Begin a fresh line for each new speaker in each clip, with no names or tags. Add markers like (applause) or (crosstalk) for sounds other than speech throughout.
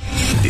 The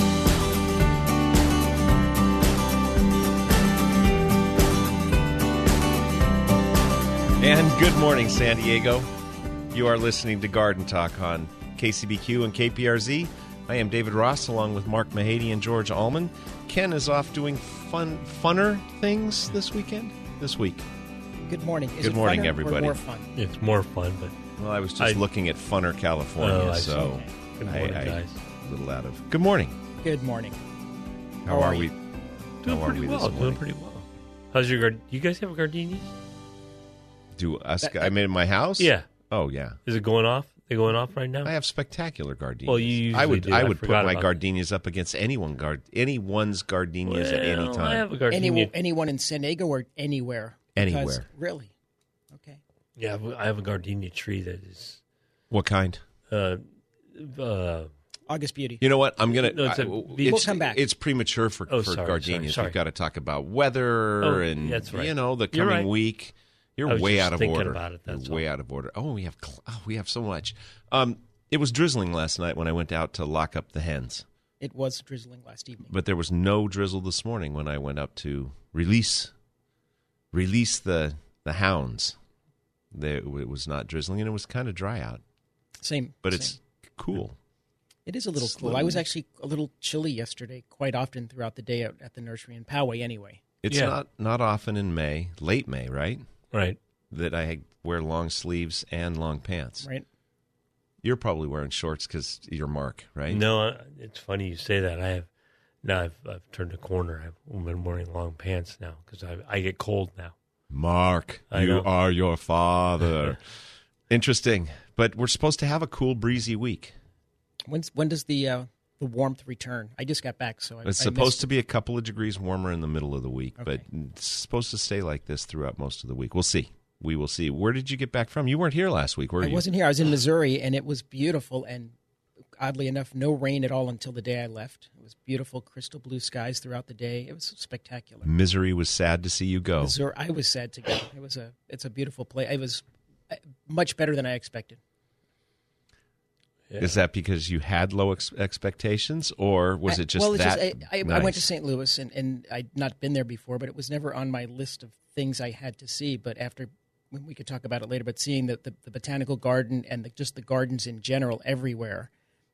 And good morning, San Diego. You are listening to Garden Talk on KCBQ and KPRZ. I am David Ross, along with Mark Mahady and George Allman. Ken is off doing fun, funner things this weekend. This week.
Good morning. Is
Good
it
morning,
funner or
everybody.
more fun?
It's more fun, but
Well, I was just
I-
looking at Funner California,
Oh, I see.
so
Good
I-
morning,
I-
guys.
a little out of. Good morning.
Good morning.
How,
How
are,
are
we?
you?
doing
How are
pretty
we this
well. Doing
morning?
pretty well. How's your garden? You guys have a gardenias?
Do us? I mean, in my house.
Yeah.
Oh yeah.
Is it going off? They going off right now?
I have spectacular gardenias.
Well, you
I would.
usually do.
I
I
would put
forgot
my
about that.
gardenias up against anyone guard anyone's gardenias at any
Well,
time.
I have a
Any,
gardenia.
anyone in San Diego or anywhere?
Anywhere.
Because- really? Okay.
yeah, I have a gardenia tree that is.
what kind?
Uh, uh,
August Beauty.
You know what? I'm gonna.
No, it's a
I-
beach.
it's-
We'll come back.
It's premature for,
Oh,
for
sorry,
gardenias.
sorry, sorry.
We've got to talk about weather
Oh,
and
that's right.
you know the
You're
coming
right.
week. You're
I was
way
just
out of
thinking
order.
about it, that's
You're way out of order. Oh, we have cl- oh, we have so much. Um, it was drizzling last night when I went out to lock up the hens,
It was drizzling last evening.
but there was no drizzle this morning when I went up to release release the the hounds. There, it was not drizzling and it was kind of dry out,
Same.
but
same.
it's cool.
it is a little
it's
cool. I was actually a little chilly yesterday, quite often throughout the day out at the nursery in Poway. Anyway,
It's
Yeah.
not not often in May, late May, right?
right.
that I wear long sleeves and long pants.
right?
You're probably wearing shorts because you're Mark, right?
No, uh, it's funny you say that. I have now. I've, I've turned a corner. I've been wearing long pants now because I I get cold now.
Mark,
I
you
know.
are your
(laughs)
father. Interesting, but we're supposed to have a cool, breezy week.
When's, when does the uh, the warmth return? I just got back, so I,
It's
I
supposed
missed
to be a couple of degrees warmer in the middle of the week,
Okay.
but it's supposed to stay like this throughout most of the week. We'll see. We will see. Where did you get back from? You weren't here last week, were
I
you?
wasn't here. I was in Missouri, and it was beautiful. And oddly enough, no rain at all until the day I left. It was beautiful, crystal blue skies throughout the day. It was spectacular.
Misery was sad to see you go.
Missouri. I was sad to go. It was a it's a beautiful place. It was uh, much better than I expected.
Is that because you had low ex- expectations, or was
I-
it just
well, it's
that?
I, I, I
nice?
went to St. Louis and, and I'd not been there before, but it was never on my list of things I had to see. But after when we could talk about it later, but seeing the the, the botanical garden and the, just the gardens in general everywhere,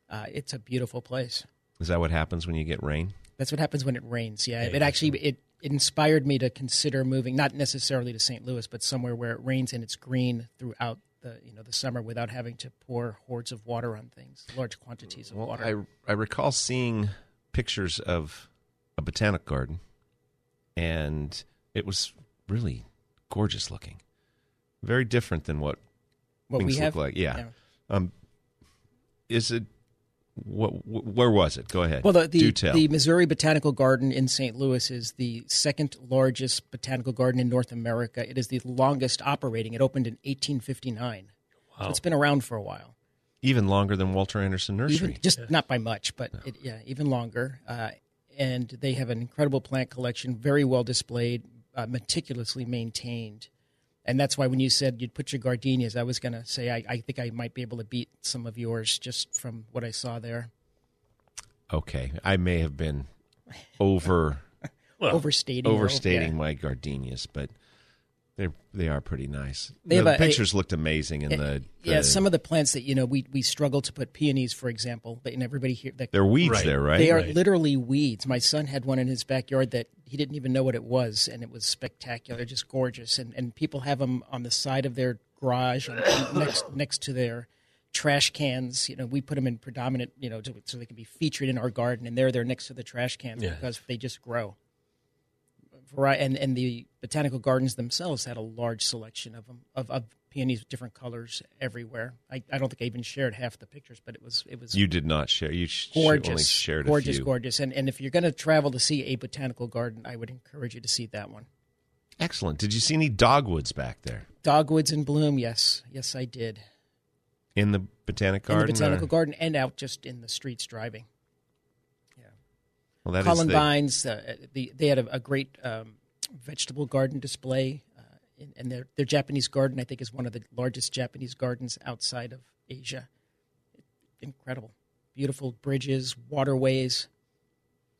uh, it's a beautiful place.
Is that what happens when you get rain?
That's what happens when it rains. Yeah, it actually it, it inspired me to consider moving, not necessarily to St. Louis, but somewhere where it rains and it's green throughout the you know the summer without having to pour hordes of water on things, large quantities of
Well,
water.
I I recall seeing pictures of a botanic garden, and it was really gorgeous looking. Very different than what
what
things
we have,
look like. Yeah. Um, is it? What? wh- Where was it? Go ahead.
Well, the
Do
the,
tell.
the Missouri Botanical Garden in St. Louis is the second largest botanical garden in North America. It is the longest operating. It opened in 1859, so
Oh.
Wow.
it's been around for a while.
Even longer than Walter Anderson Nursery.
Even, just not by much, but it, yeah, even longer. Uh, and they have an incredible plant collection, very well displayed, uh, meticulously maintained. And that's why when you said you'd put your gardenias, I was going to say I, I think I might be able to beat some of yours just from what I saw there. (laughs)
okay, I may have been over
Well,
overstating. or-
overstating
yeah.
my gardenias, but they're they are pretty nice.
They
the
have a-
pictures looked amazing, and the,
yeah,
the-
some of the plants that you know we we struggle to put peonies, for example, but and everybody here that
they're weeds
Right.
there, right?
they are
right.
literally weeds. My son had one in his backyard that he didn't even know what it was, and it was spectacular, just gorgeous. And and people have them on the side of their garage, on, (coughs) next next to their trash cans. You know, we put them in predominant, you know, to, so they can be featured in our garden, and they're there next to the trash cans
Yeah.
because they just grow. Vari- and and the botanical gardens themselves had a large selection of them of, of peonies of different colors everywhere. I, I don't think I even shared half the pictures, but it was it was
You did not share. You sh-
gorgeous,
only shared
gorgeous,
a few.
gorgeous. And and if you're going to travel to see a botanical garden, I would encourage you to see that one.
Excellent. Did you see any dogwoods back there
Dogwoods in bloom, yes, yes, I did
in the botanic garden? uh,
in
or-
the botanical garden and out just in the streets driving.
Well, that is the-
Columbines, uh, the, they had a, a great um, vegetable garden display, uh, and, and their their Japanese garden I think is one of the largest Japanese gardens outside of Asia. Incredible, beautiful bridges, waterways.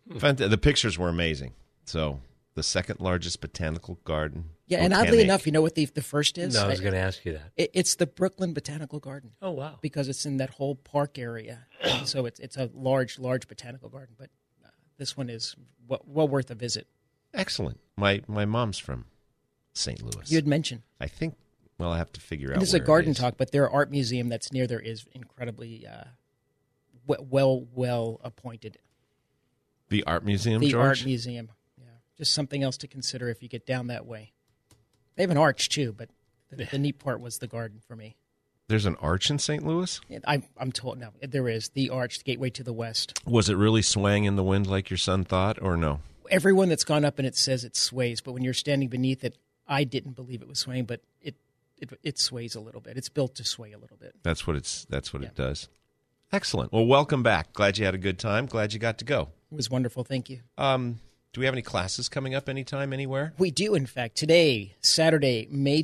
Fant- the pictures were amazing. So the second largest botanical garden.
Yeah, and
Botanic.
oddly enough, you know what the the first is?
No, I was
I-
going to ask you that.
It, it's the Brooklyn Botanical Garden
Oh wow.
because it's in that whole park area. so it's it's a large, large botanical garden. But uh, this one is well, well worth a visit.
excellent. My my mom's from St. Louis.
You had mentioned
I think. Well, I have to figure out.
this is a
where it
garden
is.
talk, but their art museum that's near there is incredibly uh, we- well, well appointed.
The art museum,
the
George.
art museum, yeah, just something else to consider if you get down that way. They have an arch too, but the, the neat part was the garden for me.
There's an arch in St. Louis.
And I'm I'm told no, there is the arch, the gateway to the west.
Was it really swaying in the wind like your son thought, or no?
everyone that's gone up and it says it sways, but when you're standing beneath it, I didn't believe it was swaying, but it it, it sways a little bit. It's built to sway a little bit.
That's what it's. That's what it does. Excellent. Well, welcome back. Glad you had a good time. Glad you got to go.
It was wonderful. Thank you.
Um, do we have any classes coming up anytime, anywhere?
We do, in fact, today, Saturday, May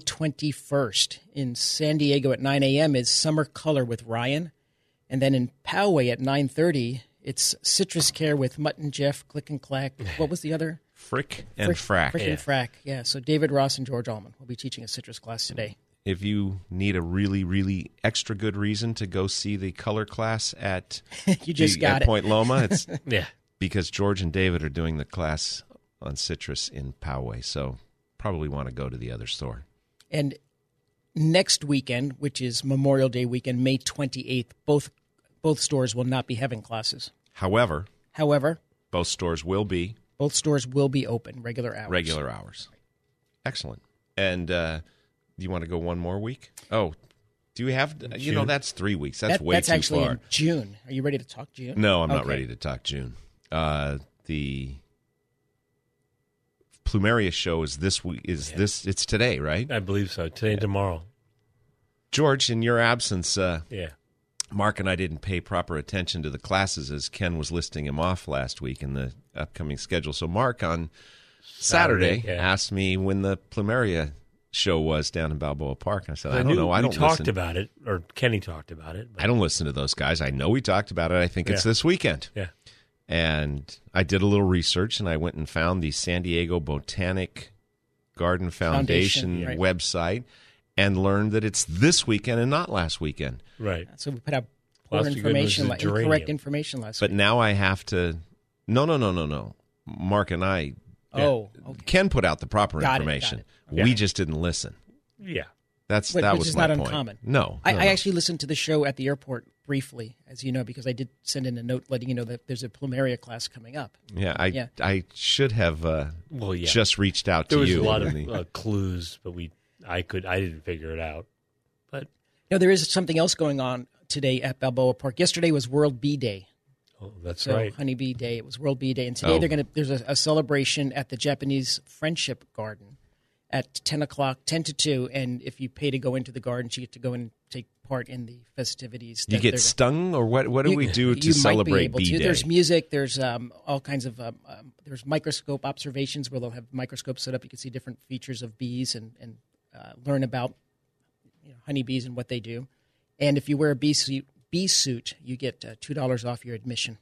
21st, in San Diego at 9 a.m. is Summer Color with Ryan, and then in Poway at 9:30. It's Citrus Care with Mutt and Jeff, Click and Clack. What was the other?
Frick and frack.
Frick and Frack. Yeah. So David Ross and George Allman will be teaching a citrus class today. (laughs)
If you need a really, really extra good reason to go see the color class at
you (laughs) just
the-
got
at
it.
Point Loma,
(laughs)
it's
Yeah.
because George and David are doing the class on citrus in Poway. So probably want to go to the other store.
And next weekend, which is Memorial Day weekend, May 28th, both both stores will not be having classes.
However,
However,
both stores will be
both stores will be open regular hours.
regular hours. Excellent. And uh, you want to go one more week? Oh, do we have? You know, that's three weeks. That's
That-
way
that's
too
actually
far.
in June. Are you ready to talk June?
No, I'm not
Okay.
ready to talk June. Uh, the Plumeria show is this week. Is this? It's today, right?
I believe so. Today, and tomorrow.
George, in your absence, uh,
Yeah.
Mark and I didn't pay proper attention to the classes as Ken was listing him off last week in the upcoming schedule. So Mark on Saturday,
Saturday, yeah.
asked me when the Plumeria show was down in Balboa Park. I said, I, don't
knew
know. I
we
don't
talked
listen.
about it, or Kenny talked about it. But
I don't listen to those guys. I know we talked about it. I think it's
Yeah.
this weekend.
yeah.
and I did a little research and I went and found the San Diego Botanic Garden Foundation,
Foundation, right.
website and learned that it's this weekend and not last weekend.
Right.
So we put out poor
Plastic
information,
goodness is
la- incorrect
geranium.
information last
But
week.
now I have to No, no, no, no, no. Mark and I
Oh, okay.
can put out the proper
Got it, got
information.
it.
We
Yeah.
just didn't listen.
Yeah.
That's
Which-
that
which
was
is
my
not
point.
uncommon.
No.
I,
no,
I
no.
actually listened to the show at the airport briefly, as you know, because I did send in a note letting you know that there's a plumeria class coming up.
yeah, I
yeah.
I should have uh,
Well, yeah.
just reached out to
there was
you.
a lot of
in the-
uh, clues, but we, I could, I didn't figure it out. But
No, there is something else going on today at Balboa Park. Yesterday was World Bee Day.
oh, that's
So
right.
Honeybee Day. It was World Bee Day, and today
Oh.
they're going to. There's a, a celebration at the Japanese Friendship Garden at ten o'clock, ten to two. And if you pay to go into the garden, you get to go and take part in the festivities.
you
that
get
they're-
stung or what what do
You-
we do to
you might be
celebrate
able
B
to.
Day?
There's music. There's um, all kinds of um, um, there's microscope observations where they'll have microscopes set up. You can see different features of bees and and uh, learn about you know, honeybees and what they do. And if you wear a bee suit, bee suit, you get uh, two dollars off your admission.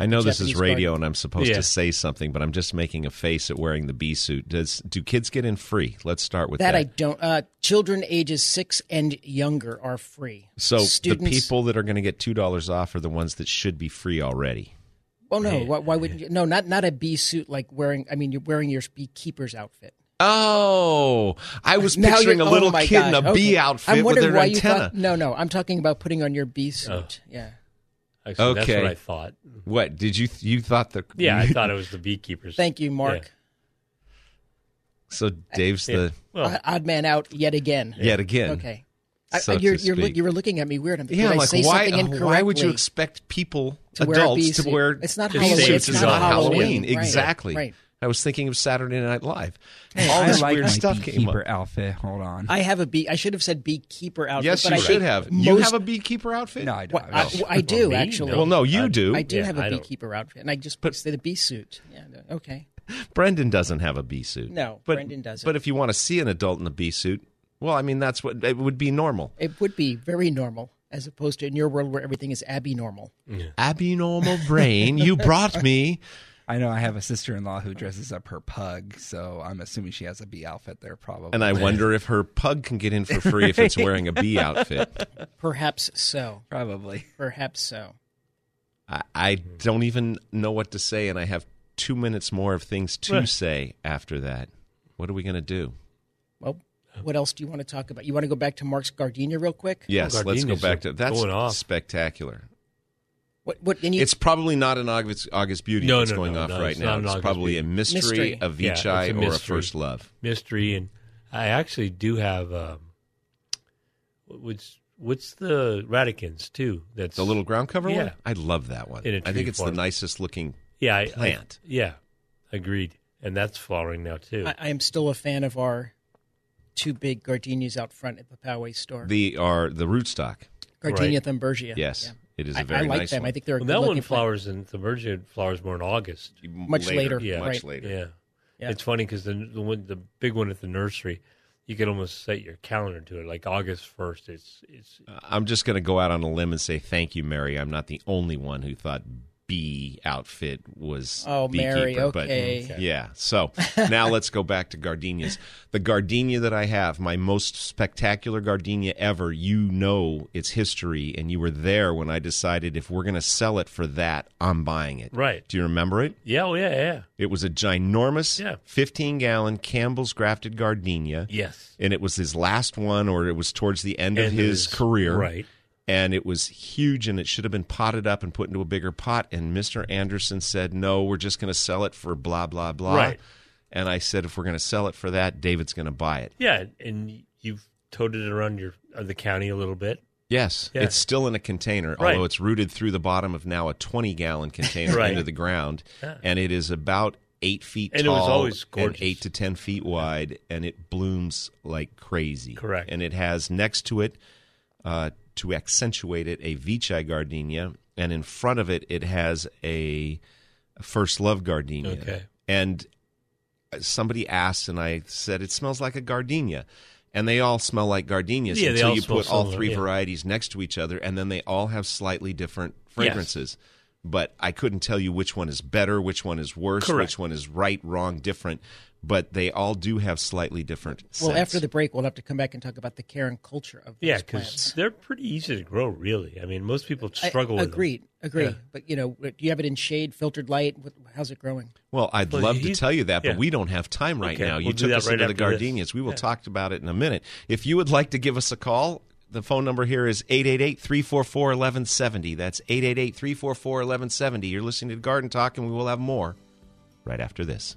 I know this is
Japanese
radio
garden.
and I'm supposed
Yeah.
to say something, but I'm just making a face at wearing the bee suit. Does do kids get in free? Let's start with
That
that.
I don't. Uh, children ages six and younger are free.
so
Students-
the people that are going to get two dollars off are the ones that should be free already.
Oh no! Why, why wouldn't you? No, not not a bee suit like wearing. I mean, you're wearing your beekeeper's outfit.
Oh, I was
(laughs) Now
picturing a
you're- oh
little
my
kid in a
gosh, okay.
bee outfit with
wondering
an
why you thought-
antenna.
no, no, I'm talking about putting on your bee
Oh.
suit. Yeah.
Actually, That's
Okay.
what I thought.
what did you you thought the
Yeah, I
(laughs)
thought it was the beekeepers.
Thank you, Mark.
so Dave's
Yeah.
the
Well,
O- Odd man out yet again.
yet again
Okay. I-
so
I, you're,
to
you're, look-
speak.
you were looking at me weird. I'm like,
yeah
did I
like
say
why
something incorrectly?
why would you expect people
To wear a bee
adults to
suit?
wear
It's not
bee
Halloween.
suits?
It's
It's
not
not
Halloween.
Right.
exactly
Right.
I was thinking of Saturday Night Live
Hey,
all
I
this
like
weird
my
stuff came up
beekeeper outfit. Hold on.
I have a bee. I should have said beekeeper outfit.
yes
but
you
I
should
think
have you
most-
have a beekeeper outfit
no, I
Well,
don't.
I, well, I do
me?
actually.
well no you
I-
do
I do
Yeah,
have a
I don't-
beekeeper outfit, and I just put the bee suit. Yeah. no, Okay.
Brendan doesn't have a bee suit
No,
but
Brendan doesn't.
but if you want to see an adult in a bee suit well I mean that's what it would be normal
It would be very normal as opposed to in your world where everything is abnormal.
abnormal brain you brought me
I know I have a sister in law who dresses up her pug, so I'm assuming she has a bee outfit there probably.
and I wonder if her pug can get in for free
(laughs)
if it's wearing a bee outfit.
Perhaps so.
probably.
Perhaps so.
I, I don't even know what to say, and I have two minutes more of things to say after that. What are we going to do?
Well, what else do you want to talk about? You want to go back to Mark's gardenia real quick?
Yes, let's go
gardenias
back
are
to that's
going off.
spectacular.
What? What? And you,
It's probably not an August August Beauty
No,
that's
no,
going
no,
off
no,
right
it's
now.
not an
It's
August
probably a
Beauty.
mystery,
Mystery.
a
Yeah,
Vichai,
it's a
or a
mystery.
first love.
mystery, and I actually do have um, what's what's the Radicans too? That's
The little ground cover one.
Yeah.
I love that one.
In a
I think
tree
it's the
form.
nicest looking.
yeah I- I-
plant.
yeah, agreed, and that's flowering now too.
I, I am still a fan of our two big gardenias out front at the Poway store.
The are the rootstock.
Gardenia
Right.
thumbergia.
Yes,
Yeah.
it is
I,
a very
I like
nice
them.
one.
I think they're a
well,
good
that one
looking plant.
flowers and Thumburgia flowers more in August.
Much later,
yeah.
much
right.
later.
Yeah.
Yeah.
It's funny because the the, one, the big one at the nursery, you can almost set your calendar to it. Like August first, it's it's
I'm just going to go out on a limb and say thank you, Mary. I'm not the only one who thought bee outfit was
Oh, Mary,
beekeeper,
okay.
But yeah. So now let's go back to gardenias. The gardenia that I have, my most spectacular gardenia ever. You know its history, and you were there when I decided if we're going to sell it for that, I'm buying it.
right.
Do you remember it?
Yeah, oh yeah, yeah.
It was a ginormous
Yeah.
15 gallon Campbell's grafted gardenia.
Yes.
And it was his last one, or it was towards the end, of
And
his
it is-
career
right?
and it was huge and it should have been potted up and put into a bigger pot and mr anderson said no we're just going to sell it for blah blah blah
Right.
and i said if we're going to sell it for that david's going to buy it
Yeah, and you've toted it around your uh, the county a little bit.
yes
Yeah.
it's still in a container
Right.
although it's rooted through the bottom of now a 20 gallon container
Right.
into the ground
Yeah.
and it is about eight feet
And it
tall
was always
and
gorgeous.
eight to ten feet wide and it blooms like crazy
Correct.
and it has next to it uh, to accentuate it a Vichai gardenia, and in front of it it has a first love gardenia.
Okay.
And uh, somebody asked, and I said it smells like a gardenia, and they all smell like gardenias
Yeah, they
until
all
you
smell
put all
similar,
three
yeah.
varieties next to each other, and then they all have slightly different fragrances. But I couldn't tell you which one is better, which one is worse,
Correct.
which one is right, wrong, different. But they all do have slightly different.
Well,
scents.
after the break, we'll have to come back and talk about the care and culture of these
Yeah, because
plants.
they're pretty easy to grow. Really, I mean, most people
I-
struggle. with them.
agreed. Agreed.
Yeah.
But you know, do you have it in shade, filtered light? What, how's it growing?
Well, I'd
Well,
love to
he's-
tell you that, but
yeah.
we don't have time right
Okay,
now. You
we'll do
took
that
us
right
into the
after this.
gardenias. We will
Yeah.
talk about it in a minute. If you would like to give us a call, the phone number here is 888-344-1170. That's 888-344-1170. You're listening to Garden Talk, and we will have more right after this.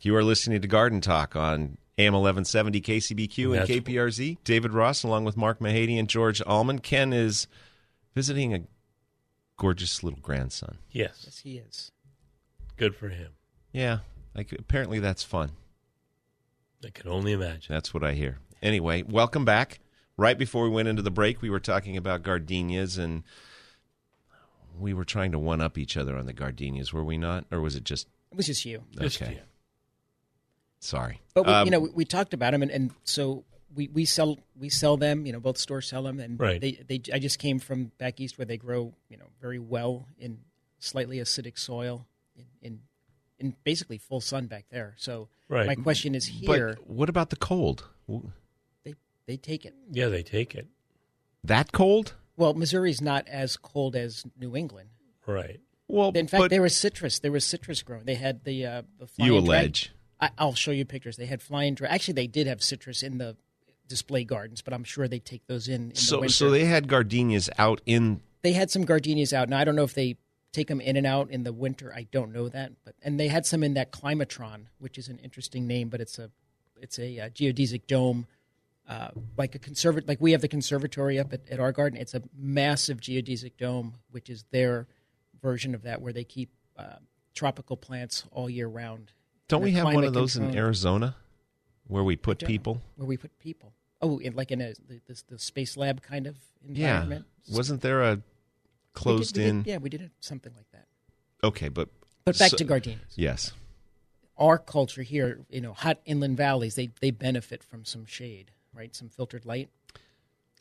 You are listening to Garden Talk on AM 1170 KCBQ and
That's-
KPRZ. David Ross, along with Mark Mahady and George Allman. Ken is visiting a gorgeous little grandson.
Yes.
Yes, he is.
Good for him.
Yeah, like apparently that's fun.
I can only imagine.
That's what I hear. Anyway, welcome back. Right before we went into the break, we were talking about gardenias and we were trying to one up each other on the gardenias, were we not? Or was it just
It was just you.
Just
okay.
you.
Sorry.
But we,
Um,
you know, we, we talked about them, and, and so we, we sell we sell them. You know, both stores sell them, and
Right.
they they. I just came from back east where they grow, you know, very well in slightly acidic soil, in in, in basically full sun back there. So
Right.
my question is here.
but what about the cold? W-
they they take it.
Yeah, they take it.
That cold?
Well, Missouri's not as cold as New England.
Right.
Well,
In fact,
Oh, but
there was citrus. There was citrus growing. They had the uh, the flying
you
drag-
allege.
I, I'll show you pictures. They had flying dra Actually, they did have citrus in the display gardens, but I'm sure they take those in. in the
So,
winter.
so they had gardenias out in.
they had some gardenias out. Now I don't know if they take them in and out in the winter. I don't know that, but and they had some in that climatron, which is an interesting name, but it's a it's a, uh geodesic dome, uh, like a conservat like we have the conservatory up at, at our garden. It's a massive geodesic dome, which is their version of that, where they keep uh, tropical plants all year round.
Don't
And
we
they're
have one
climate
of those in
controlled.
Arizona where we put people?
where we put people. Oh, in, like in a the, the, the space lab kind of
Yeah.
environment.
Wasn't there a
We did- we
closed
did-
in?
yeah, we did it, something like that.
Okay, but
But back
so-
to gardenias.
Yes.
our culture here, you know, hot inland valleys, they they benefit from some shade, right? Some filtered light.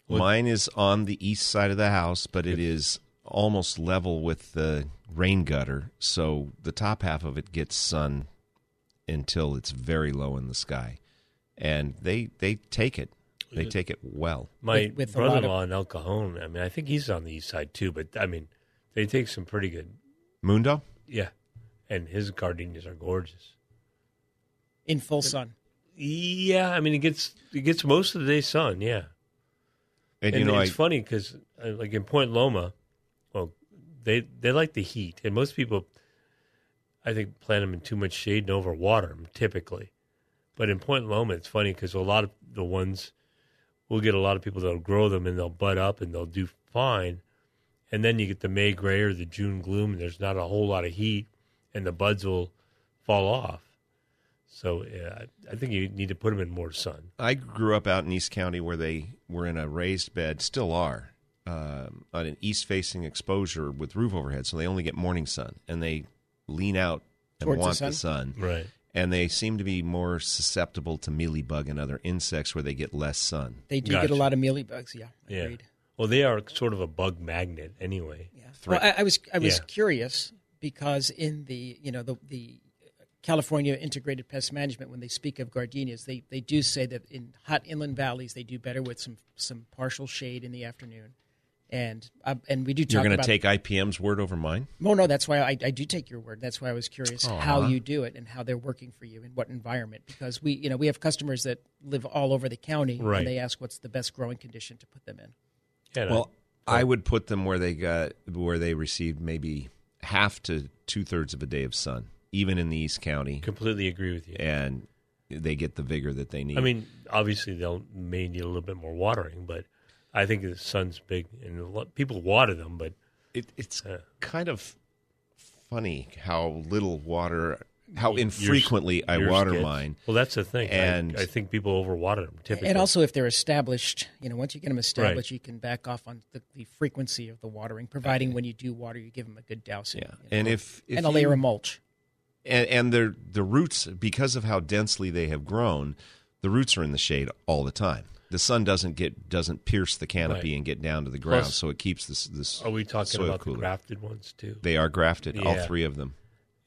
Mine is on the east side of the house, but it is almost level with the rain gutter, so the top half of it gets sun until it's very low in the sky, and they they take it. They take it well.
My
With- with a lot of-
brother-in-law in El Cajon. I mean, I think he's on the east side too. But I mean, they take some pretty good.
Mundo,
Yeah, and his gardenias are gorgeous.
In full sun.
Yeah, I mean, it gets it gets most of the day sun. Yeah,
and,
and
you know, I,
it's funny 'cause funny because like in Point Loma, well, they they like the heat, and most people, I think, plant them in too much shade and overwater them typically. But in Point Loma, it's funny because a lot of the ones we'll get a lot of people that'll grow them and they'll bud up and they'll do fine, and then you get the May gray or the June gloom, and there's not a whole lot of heat, and the buds will fall off. So yeah, I- I think you need to put them in more sun.
I grew up out in East County where they were in a raised bed, still are, um, on an east facing exposure with roof overhead, so they only get morning sun, and they lean out and
Towards the
want
sun?
the sun.
Right.
and they seem to be more susceptible to mealybug and other insects where they get less sun.
They do get
Gotcha.
a lot of mealybugs. Yeah,
Yeah.
agreed.
Well, they are sort of a bug magnet anyway.
Yeah. Well, I, I was I was
Yeah.
curious because in the you know the the California Integrated Pest Management, when they speak of gardenias, they they do say that in hot inland valleys they do better with some some partial shade in the afternoon, and uh, and we do talk
You're going to
about
take IPM's word over mine?
No, no, that's why I, I do take your word. That's why I was curious how
Aw.
you do it and how they're working for you and what environment. Because we, you know, we have customers that live all over the county,
Right.
and they ask what's the best growing condition to put them in.
Yeah,
Well, I would put them where they got where they received maybe half to two thirds of a day of sun, even in the East County,
I completely agree with you.
and they get the vigor that they need.
I mean, obviously they'll may need a little bit more watering, but I think the sun's big and a lot, people water them, but
it, it's
Yeah.
kind of funny how little water, how
y- yours-
infrequently I
yours
water
gets-
mine.
Well, that's the thing,
And-
I, I think people overwater them typically.
And also, if they're established, you know, once you get them established, you can back off on the, the frequency of the watering, providing when you do water, you give them a good dousing.
Yeah,
you know,
and if, if
and a
you-
layer of mulch.
and, and their the roots because of how densely they have grown, the roots are in the shade all the time. The sun doesn't get doesn't pierce the canopy
Right.
and get down to the ground,
Plus-
so it keeps this this.
are we talking
soil
about
cooler.
the grafted ones too?
They are grafted, all
Yeah.
three of them.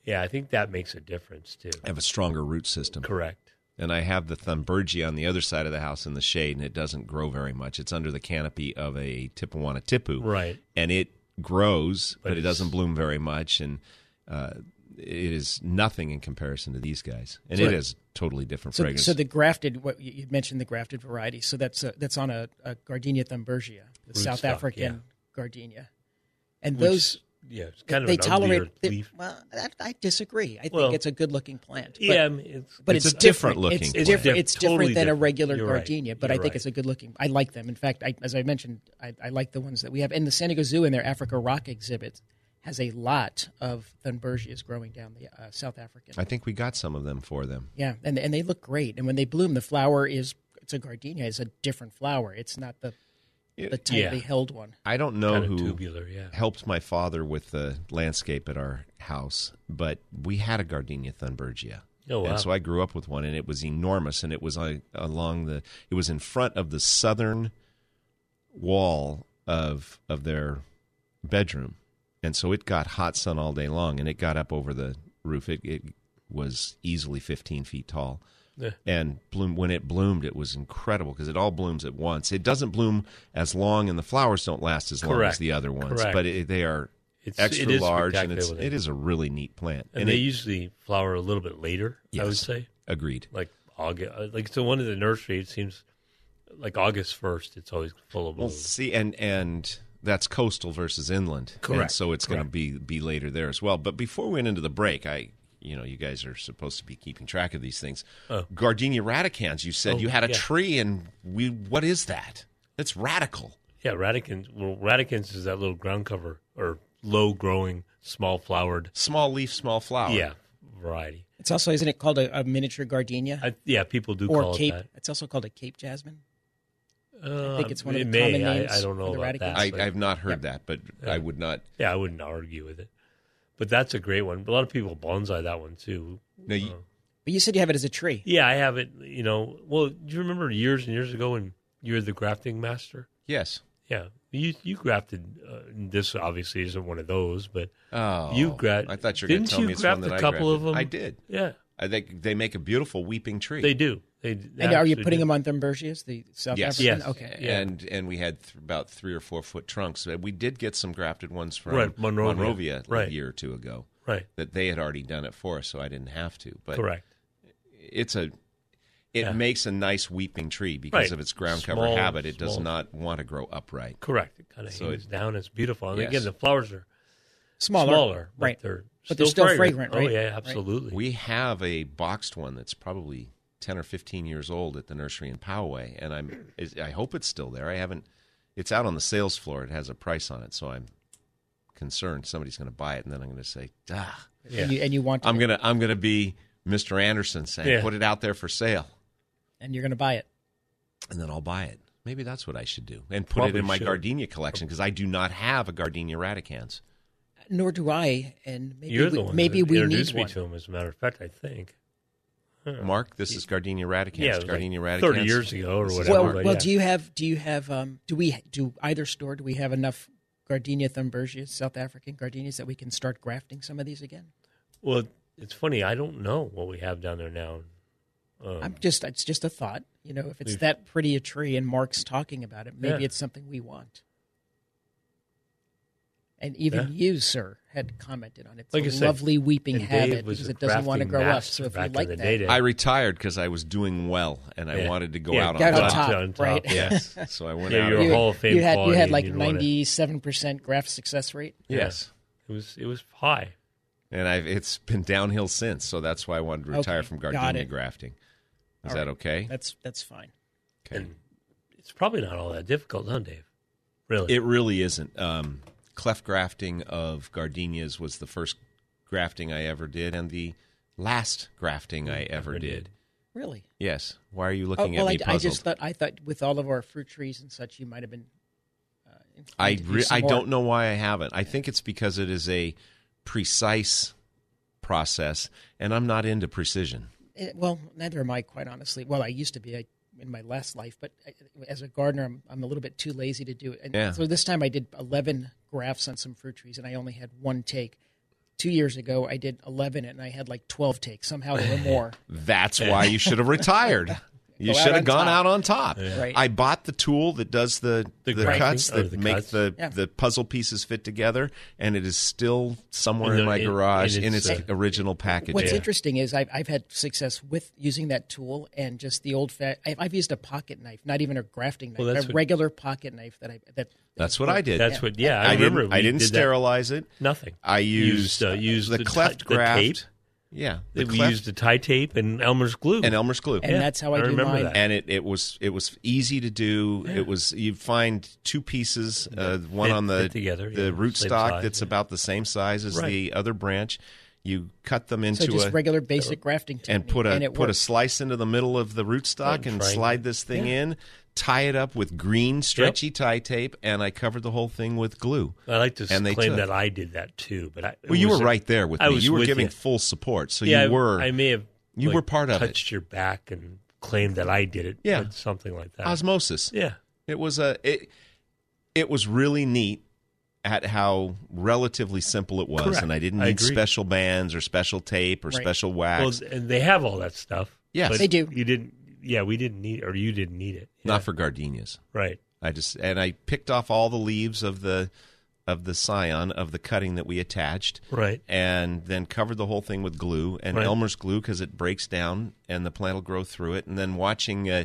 yeah, I think that makes a difference too.
I have a stronger root system,
Correct.
and I have the thumbergia on the other side of the house in the shade, and it doesn't grow very much. It's under the canopy of a Tipuana tipu,
Right.
and it grows, but,
But
it
it's-
doesn't bloom very much. And uh, it is nothing in comparison to these guys, and
So-
it is totally different
So,
fragrance.
so the grafted, what you you mentioned the grafted variety. So that's a, that's on a, a Gardenia thumbergia, the South
Rootstock,
African
yeah.
Gardenia, and
Which-
those
yeah, it's kind of
they
an
tolerate.
uglier
they-
leaf.
well, I, I disagree. I
Well-
think it's a good looking plant. but-
yeah, I mean, it's,
but
It's
it's,
a different looking
It's,
plant.
different.
Diff-
it's
totally
different than
different.
a regular
You're right.
gardenia, but
You're
I think
right.
it's a good looking. I like them. In fact, I, as I mentioned, I, I like the ones that we have in the San Diego Zoo in their Africa Rock exhibit has a lot of thunbergias growing down the uh, South African.
I think we got some of them for them.
yeah, and and they look great. And when they bloom, the flower is it's a gardenia. It's a different flower. It's not the the tightly
yeah.
held one.
I don't know
Kinda
who
tubular, yeah.
helped my father with the landscape at our house, but we had a gardenia thunbergia.
Oh, wow.
And so I grew up with one, and it was enormous, and it was uh, along the, it was in front of the southern wall of of their bedroom, and so it got hot sun all day long, and it got up over the roof. It, it was easily fifteen feet tall,
Yeah.
and bloom when it bloomed, it was incredible because it all blooms at once. It doesn't bloom as long, and the flowers don't last as long as
Correct.
the other ones,
Correct.
but it, they are
It's-
extra
it is
large, and it's
spectacular.
it is a really neat plant.
and, they
it-
usually flower a little bit later. I would
Yes.
say,
agreed.
like August, uh, like so one in the nursery. It seems like August first. It's always full of
Well,
blooms.
see, and and that's coastal versus inland, And
Correct.
so it's going to
Correct.
be be later there as well. But before we went into the break, I. You know, you guys are supposed to be keeping track of these things.
Oh.
Gardenia radicans. You said
Oh,
you had a
yeah.
tree, and we. What is that? That's radical.
Yeah, radicans. Well, radicans is that little ground cover or low growing, small flowered.
Small leaf, small flower.
Yeah, variety.
It's also isn't it called a, a miniature gardenia
I, yeah, people do
or
call
cape?
it
It's also called a cape jasmine.
that. Uh,
I think it's one of
it
the
may.
common
I-
names
I, don't know
for the
about
radicans.
that.
I,
but-
I've not heard that, but
Yeah.
I would not.
yeah, I wouldn't argue with it. But that's a great one. A lot of people bonsai that one too.
No, you,
Oh.
But you said you have it as a tree.
Yeah, I have it. You know, well, do you remember years and years ago when you were the grafting master?
yes.
Yeah, you you grafted. Uh, this obviously isn't one of those, but
Oh,
you grafted.
I thought you were going
didn't
to tell
you
me it's
graft
one that
a
I
couple of
grafted.
them?
I did.
Yeah,
I think they make a beautiful weeping tree.
they do. They
And are you putting them on thumbergias, the South
Yes.
African?
Yes.
Okay.
Yeah.
And and we had th- about three or four foot trunks. Uh, We did get some grafted ones from
Right, Monrovia.
a
Right.
year or two ago
right?
that they had already done it for us, so I didn't have to. But
Correct.
it's a it
Yeah.
makes a nice weeping tree because
Right.
of its ground cover
Small-
habit. It does
small.
not want to grow upright.
Correct. It kind of
So
hangs
it-
down. It's beautiful. And
Yes.
again, the flowers are
Smaller.
smaller, but
right.
They're
But they're still fragrant,
Oh
right?
yeah,
Right.
absolutely.
We have a boxed one that's probably ten or fifteen years old at the nursery in Poway, and I'm is- I hope it's still there. I haven't. It's out on the sales floor. It has a price on it, so I'm concerned somebody's going to buy it, and then I'm going to say, "Duh."
yeah.
And, you, and you want to,
I'm gonna I'm gonna be Mr. Anderson saying
Yeah.
put it out there for sale,
and you're going to buy it.
and then I'll buy it. Maybe that's what I should do, and put it
Probably
in my
should.
gardenia collection because I do not have a gardenia radicans.
Nor do I. And maybe
You're
we,
the one.
maybe
that
we
introduced
need
me
one.
to him. As a matter of fact, I think. Huh.
Mark, this is gardenia radicans.
Yeah, it was like
gardenia radicans.
30 years ago or
This is
whatever,
well,
Mark.
but
well,
yeah.
do you have? Do you have? Um, do we? Do either store? Do we have enough gardenia thumbergias, South African gardenias, that we can start grafting some of these again?
Well, it's funny. I don't know what we have down there now. Um,
I'm just. It's just a thought. You know, if it's
we've-
that pretty a tree and Mark's talking about it, maybe
Yeah.
it's something we want. And even you, sir, had commented on it. It's
Like I
a
said,
lovely weeping
and Dave
habit
was
because
a
it doesn't want to
grafting
grow up.
master
So if you
back in
like
the
that,
day to-
I retired because I was doing well, and I
Yeah.
wanted to go
Yeah,
out on
got
top.
on top,
on top,
(laughs) right?
yeah.
Yes, so I went
Yeah,
out.
you're
on top.
a whole- Hall of Fame
you had you
quality
had
and
like
you'd want it.
ninety seven percent graft success rate.
Yes,
It was it was high.
and I've it's been downhill since. So that's why I wanted to retire
Okay,
from
got
gardenia
it.
grafting. Is
All
that
right.
okay?
That's that's fine.
okay.
And it's probably not all that difficult, huh, Dave? Really?
It really isn't. Um, cleft grafting of gardenias was the first grafting I ever did, and the last grafting I ever did.
Really?
Yes. Why are you looking
Oh, well,
at me
I, I
puzzled?
just thought I thought with all of our fruit trees and such, you might have been. Uh,
I,
inclined to do
re-
some
I
more.
don't know why I haven't. I think it's because it is a precise process, and I'm not into precision.
Eh, well, neither am I, quite honestly. Well, I used to be I, in my last life, but I, as a gardener, I'm, I'm a little bit too lazy to do it. And
Yeah.
So this time I did 11 grafts on some fruit trees, and I only had one take. Two years ago,
(laughs)
I did 11, and I had like 12 takes. Somehow there were more.
(laughs)
That's why you should have retired. You
Go out
should
on
have gone
top.
out on top.
Right.
I bought the tool that does the the,
The grinding
cuts
or
that
the
make
cuts.
the
Yeah.
the puzzle pieces fit together, and it is still somewhere
In
in,
the-
my
in-
garage
in
in
its,
its,
uh,
original packaging.
What's interesting is I've, I've had success with using that tool and just the old fa- I've, I've used a pocket knife, not even a grafting knife,
Well,
a
that's what-
regular pocket knife that I that
That's what I did.
That's what. Yeah, I,
didn't.
remember. we
I didn't
did that.
sterilize it.
Nothing.
I used
Used, uh, used
the,
the ti-
cleft
the
graft.
tape.
Yeah, the
That we
cleft
used the tie tape and Elmer's glue.
and Elmer's glue.
and
Yeah,
that's how
I
I, do
remember
mine.
that.
and it, it was it was easy to do. It was you find two pieces, uh, one
Fit-
on the
fit together,
the
yeah,
root
same
stock
size,
that's
yeah.
about the same size as
Right.
the other branch. You cut them into
So just
a
regular basic grafting technique
and put a
it
put a
works.
slice into the middle of the root stock
And
and
triangle.
slide this thing in, tie it up with green stretchy tie tape, and I covered the whole thing with glue.
I like to
and they
claim
took.
that I did that too. But I, it
Well, you were
was a-
right there with
I
me.
was
you were
with
giving
you.
full support, so
yeah, I-
you were.
I may have.
you
like,
were part of it.
Touched your back and claimed that I did it.
Yeah.
but something like that.
osmosis.
yeah,
It was a it. It was really neat at how relatively simple it was,
Correct.
and I didn't
I
need
agree.
special bands or special tape or
Right.
special wax.
well, and they have all that stuff.
Yes.
but
They do.
You didn't. Yeah, we didn't need, or you didn't need it. Yeah.
Not for gardenias.
right.
I just and I picked off all the leaves of the of the scion of the cutting that we attached.
Right.
And then covered the whole thing with glue and
Right.
Elmer's glue because it breaks down and the plant will grow through it. And then watching uh,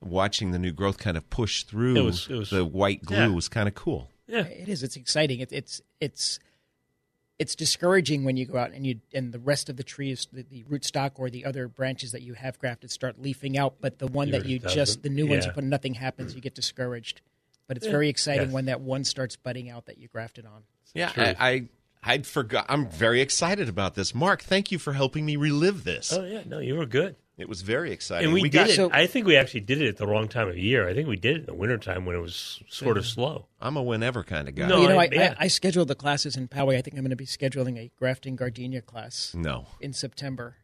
watching the new growth kind of push through
It was- it was-
the white glue
yeah.
was kind of cool.
Yeah,
It is. It's exciting. It, it's it's it's discouraging when you go out and you and the rest of the trees, the, the rootstock or the other branches that you have grafted, start leafing out. But the one that
Yours
you
doesn't.
just the new ones you
Yeah.
put nothing happens, you get discouraged. But it's very exciting
Yes.
when that one starts budding out that you grafted on.
Yeah,
true.
I, I I'd forgot. I'm very excited about this, Mark. Thank you for helping me relive this.
Oh yeah, no, you were good.
It was very exciting.
And we, did
got,
it.
so-
I think we actually did it at the wrong time of year. I think we did it in the wintertime when it was sort of slow.
I'm a whenever kind of guy.
No.
you know,
I-
I,
yeah.
I, I scheduled the classes in Poway. I think I'm going to be scheduling a grafting gardenia class
no,
in September.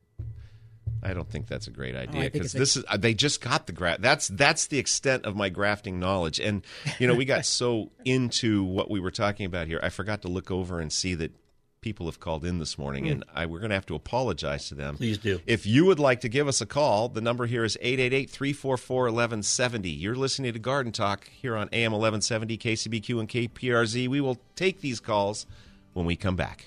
I don't think that's a great
Oh, I
idea
think
because
it's a-
this is uh, they just got the graft. That's that's the extent of my grafting knowledge. And you know, we
(laughs)
got so into what we were talking about here. I forgot to look over and see that people have called in this morning,
Hmm.
and I we're going to have to apologize to them.
Please do.
If you would like to give us a call, the number here is 888 344 1170. You're listening to Garden Talk here on AM 1170, KCBQ, and KPRZ. We will take these calls when we come back.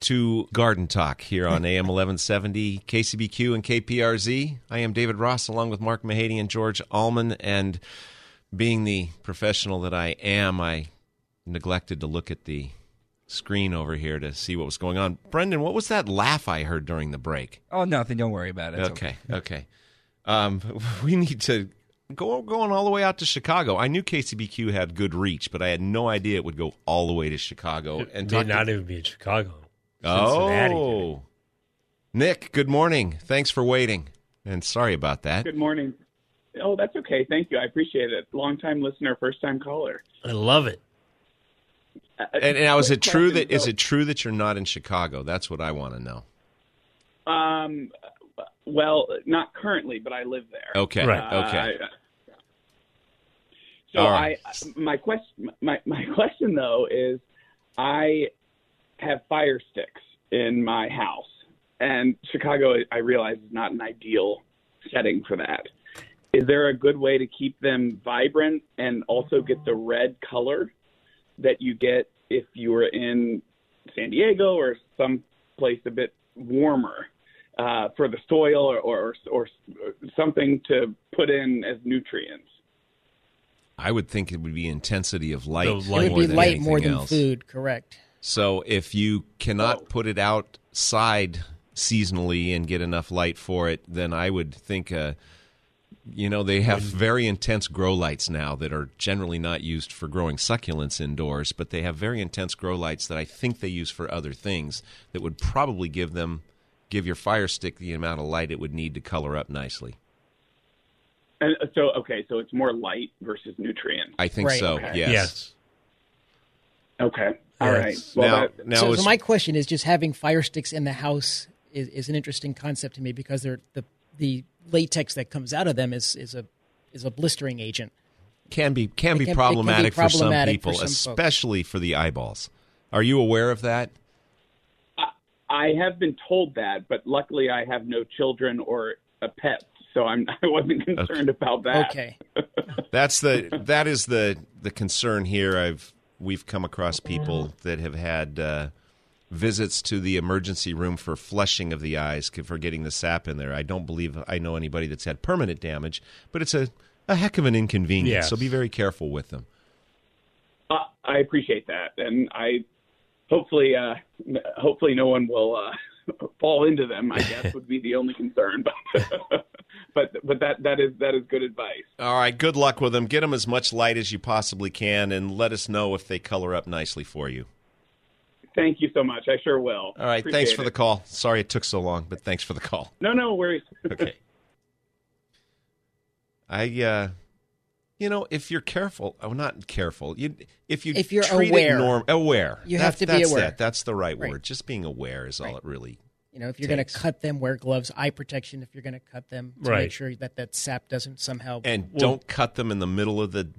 to Garden Talk here on AM 1170, KCBQ, and KPRZ. I am David Ross along with Mark Mahady and George Allman. And being the professional that I am, I neglected to look at the screen over here to see what was going on. Brendan, what was that laugh I heard during the break?
Oh, nothing. Don't worry about it. It's
okay, okay. Um, (laughs) we need to go going all the way out to Chicago. I knew KCBQ had good reach, but I had no idea it would go all the way to Chicago.
It
Oh, and
may
talk to-
not even be in Chicago. Cincinnati did it.
Oh, Nick. Good morning. Thanks for waiting, and sorry about that.
Good morning. Oh, that's okay. Thank you. I appreciate it. Long time listener, first time caller.
I love it.
Uh,
And, and now, is it
quick
true
question,
that is
though.
it true that you're not in Chicago? That's what I want to know.
Um, well, not currently, but I live there.
Okay.
Right.
Uh,
Okay.
I- so
All
I,
right.
my question, my my (laughs) question though is, I have fire sticks in my house, and Chicago, I realize, is not an ideal setting for that. Is there a good way to keep them vibrant and also get the red color that you get if you were in San Diego or some place a bit warmer uh, for the soil or, or or something to put in as nutrients?
I would think it would be intensity of light.
The light.
It
more
would be
than
light
anything
more than
else.
food, correct?
So if you cannot
Oh.
put it outside seasonally and get enough light for it, then I would think. Uh, you know they have very intense grow lights now that are generally not used for growing succulents indoors but they have very intense grow lights that i think they use for other things that would probably give them give your fire stick the amount of light it would need to color up nicely
And so, okay, so it's more light versus nutrient.
i think
Right.
so
Okay.
yes,
Yes.
Okay, all right.
Yes.
Well,
now
that-
now
so,
it's-
so my question is just having fire sticks in the house is, is an interesting concept to me because they're the the latex that comes out of them is is a is a blistering agent.
can be can
It
be
can- it can be
problematic, for some
problematic for
people
some folks.
especially for the eyeballs are you aware of that
I have been told that, but luckily I have no children or a pet, so I'm (laughs) I wasn't concerned about that.
Okay.
That's the that is the the concern here. I've we've come across people that have had uh, visits to the emergency room for flushing of the eyes c- for getting the sap in there. I don't believe I know anybody that's had permanent damage, but it's a a heck of an inconvenience.
Yes.
So be very careful with them.
Uh, I appreciate that, and I hopefully uh, n- hopefully no one will uh, (laughs) fall into them. I guess would be the only concern, (laughs) but but but that that is that is good advice.
All right, good luck with them. Get them as much light as you possibly can, and let us know if they color up nicely for you.
Thank you so much. I sure will.
All right, thanks
Appreciate
for
it.
the call. Sorry it took so long, but thanks for the call.
No, no worries.
okay. I, uh, you know, if you're careful, oh, not careful. You, if you,
If you're
treat
aware.
it norm, aware,
You have
That-
to be
that's
aware.
That. That's the right,
Right.
word. Just being aware is all
Right.
it really.
You know, if you're going to
Takes.
cut them, wear gloves, eye protection if you're going to cut them to
Right.
make sure that that sap doesn't somehow
And
Well-
don't cut them in the middle of the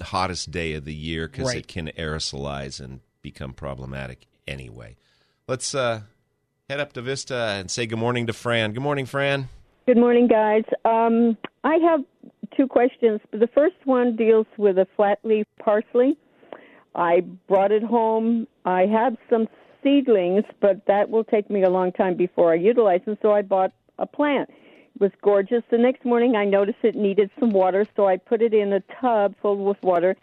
hottest day of the year because
Right.
it can aerosolize and become problematic anyway. Let's uh, head up to Vista and say good morning to Fran. Good morning, Fran.
Good morning, guys. Um, I have two questions. The first one deals with a flat leaf parsley. I brought it home. I have some seedlings, but that will take me a long time before I utilize them, so I bought a plant. It was gorgeous. The next morning, I noticed it needed some water, so I put it in a tub filled with water,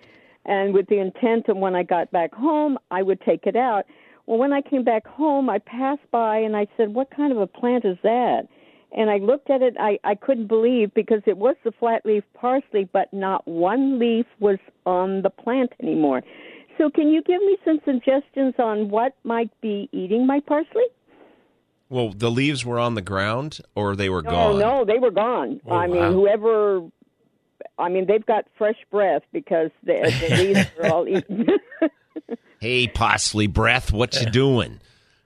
and with the intent of when I got back home, I would take it out. Well, when I came back home, I passed by and I said, What kind of a plant is that? And I looked at it, I, I couldn't believe because it was the flat leaf parsley, but not one leaf was on the plant anymore. So, can you give me some suggestions on what might be eating my parsley?
Well, the leaves were on the ground, or they were
Oh,
gone.
no, they were gone.
Oh,
I mean,
wow.
whoever, I mean, they've got fresh breath because the, the leaves are all eaten.
hey parsley breath what you doing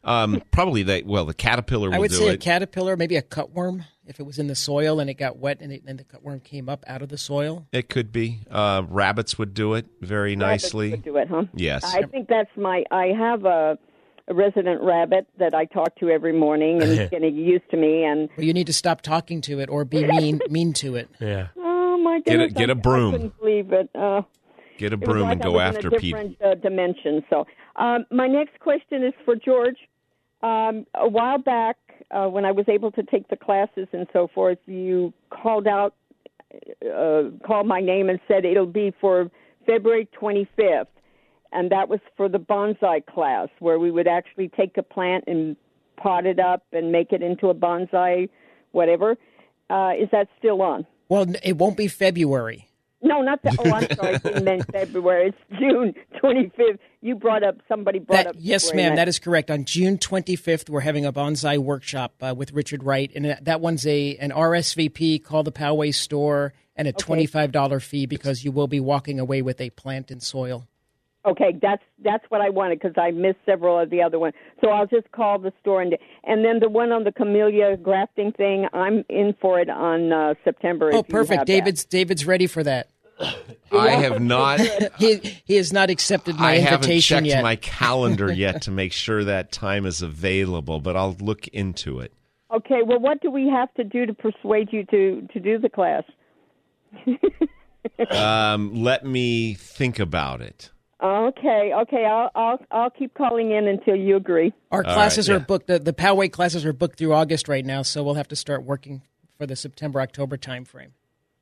um probably they well the caterpillar will
I would
do
say a
it
caterpillar, maybe a cutworm, if it was in the soil and it got wet and, it, and the cutworm came up out of the soil.
it could be uh rabbits would do it very nicely
Rabbits would do it, huh?
Yes.
I think that's my. I have a, a resident rabbit that I talk to every morning, and
(laughs)
he's getting used to me. And
But you need to stop talking to it or be mean mean to it.
Yeah.
oh my
Get a-
goodness,
get a
I-
broom.
I couldn't believe it. Uh,
get a
it was
broom
like
and
I
go
was
after
in a
people
different uh, dimension. So, um, my next question is for George. Um, a while back, uh, when I was able to take the classes and so forth, you called out, uh, called my name and said it'll be for February 25th, and that was for the bonsai class where we would actually take a plant and pot it up and make it into a bonsai, whatever. Uh, is that still on?
Well, n- it won't be February.
No, not the. Oh, I'm sorry. I didn't mean February. It's June 25th. You brought up somebody brought
That,
up.
yes,
February,
ma'am,
and
that is correct. On June 25th, we're having a bonsai workshop uh, with Richard Wright, and that- that one's a an RSVP. Call the Poway store and a twenty five dollar fee because you will be walking away with a plant in soil.
I- okay, that's that's what I wanted because I missed several of the other ones. So I'll just call the store and and then the one on the camellia grafting thing. I'm in for it on uh, September.
Oh,
if you have
perfect.
that.
David's David's ready for that. (laughs)
i
(laughs)
have not
He he has not accepted my
i haven't
invitation
checked
yet.
my calendar
(laughs)
yet to make sure that time is available but i'll look into it
Okay. Well, what do we have to do to persuade you to to do the class? (laughs)
um let me think about it
Okay. Okay. I'll I'll I'll keep calling in until you agree.
Our classes
right,
are
yeah.
booked. The, the Poway classes are booked through August right now, so we'll have to start working for the September October timeframe.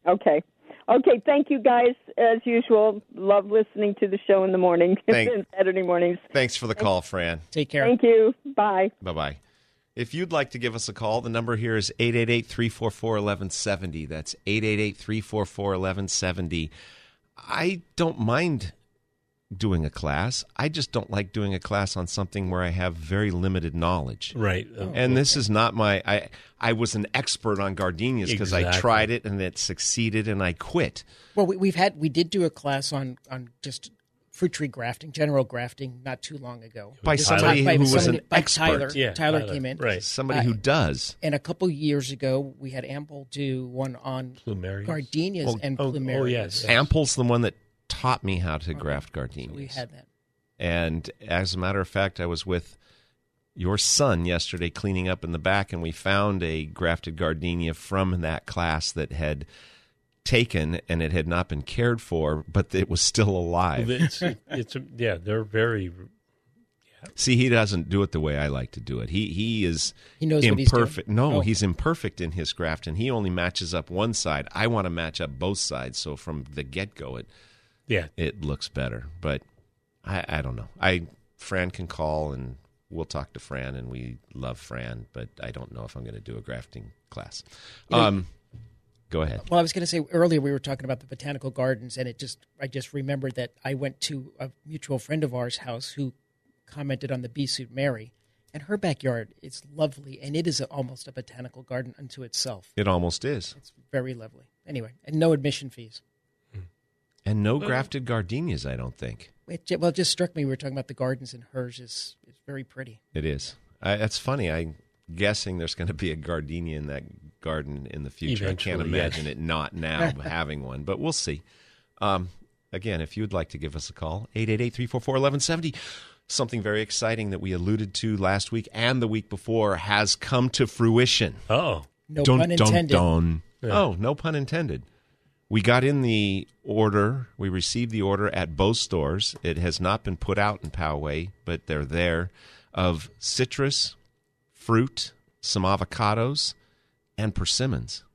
Okay. Okay. Thank you, guys. As usual, love listening to the show in the morning (laughs)
Thank-
and Saturday mornings.
thanks for the call fran
Take care.
Thank you. Bye.
bye-bye If you'd like to give us a call, the number here is 888 344 1170. That's 888 344 1170. I don't mind doing a class. I just don't like doing a class on something where I have very limited knowledge.
Right. Uh,
Oh.
And this is not my I I was an expert on gardenias because I
Exactly.
tried it and it succeeded and I quit.
Well, we, we've had we did do a class on on just fruit tree grafting, general grafting, not too long ago.
By
Just
somebody who was
somebody-
an
by
expert.
Tyler,
Yeah,
Tyler,
Tyler,
came in,
right.
Somebody
Uh,
who does.
And a couple years ago, we had Ample do one on
Plumerias?
gardenias
Oh,
and
oh, oh,
plumerias.
yes.
Ample's the one that taught me how to graft gardenias.
we had that.
And as a matter of fact, I was with your son yesterday cleaning up in the back, and we found a grafted gardenia from that class that had taken and it had not been cared for, but it was still alive.
It's, it's yeah, they're very
See, he doesn't do it the way I like to do it. He he is
He knows what he's doing?
imperfect. No,
Oh.
he's imperfect in his graft, and he only matches up one side. I want to match up both sides, so from the get go, it
yeah.
it looks better. But I, I don't know. I Fran can call and we'll talk to Fran, and we love Fran. But I don't know if I'm going to do a grafting class. Um, go ahead.
Well, I was going to say earlier we were talking about the botanical gardens, and it just I just remembered that I went to a mutual friend of ours' house who commented on the bee suit Mary, and her backyard is lovely, and it is a, almost a botanical garden unto itself.
It almost is,
It's very lovely. Anyway, and no admission fees.
and no grafted gardenias. I don't think.
It, ju- well, it just struck me we were talking about the gardens, and hers is is very pretty.
It is. I, that's funny. I'm guessing there's going to be a gardenia in that garden in the future. I can't
Eventually, yes.
imagine it not now having one, but we'll see. Um, again, if you'd like to give us a call, 888 344 1170. Something very exciting that we alluded to last week and the week before has come to fruition.
Oh,
No
Dun,
pun
dun,
intended.
dun.
Yeah.
Oh, no pun intended. We got in the order. We received the order at both stores. It has not been put out in Poway, but they're there of citrus, fruit, some avocados, and persimmons.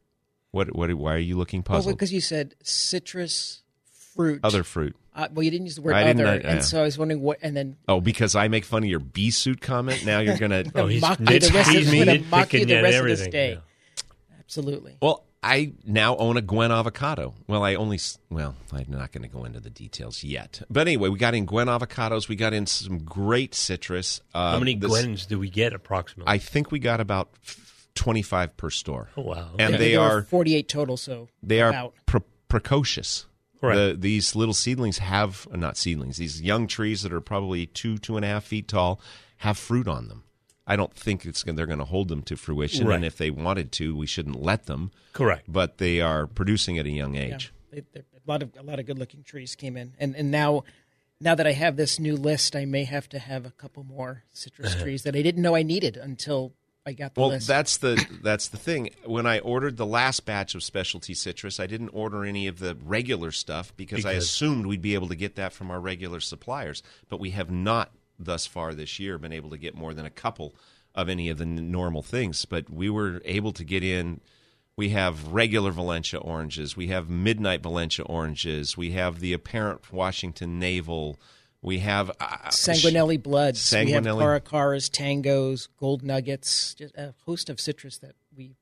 What? What? Why are you looking
Well,
puzzled?
because you said citrus fruit.
Other fruit.
Uh, well, you didn't use the word
I didn't
other,
know- yeah.
and so I was wondering what. And then
Oh, because I make fun of your bee suit comment. Now you're
(laughs)
gonna.
oh he's
Mock you the rest of-
nitpicking,
I'm gonna mock you
nitpicking
the
at
rest of this
everything.
day.
Yeah.
absolutely,
Well, I now own a Gwen avocado. Well, I only s- well, I'm not going to go into the details yet. But anyway, we got in Gwen avocados. We got in some great citrus. Uh,
How many
this-
Gwens do we get approximately?
I think we got about f- 25 per store,
oh wow.
and
Yeah,
they
there were
are
forty-eight total. So
they are
about.
pre- precocious.
Right.
The, these little seedlings have uh, not seedlings; these young trees that are probably two two and a half feet tall have fruit on them. I don't think it's gonna, they're going to hold them to fruition,
Right.
and if they wanted to, we shouldn't let them.
Correct.
But they are producing at a young age.
They- they- a lot of a lot of good looking trees came in, and and now now that I have this new list, I may have to have a couple more citrus trees that I didn't know I needed until I got the
Uh-huh. Well,
list.
that's the that's the thing. When I ordered the last batch of specialty citrus, I didn't order any of the regular stuff because, I
Because-
assumed we'd be able to get that from our regular suppliers. But we have not thus far this year been able to get more than a couple of any of the n- normal things. But we were able to get in. We have regular Valencia oranges. We have midnight Valencia oranges. We have the apparent Washington navel. We have uh,
Sanguinelli bloods, we have
Sanguinelli.
caracaras, tangos, gold nuggets, just a host of citrus that we.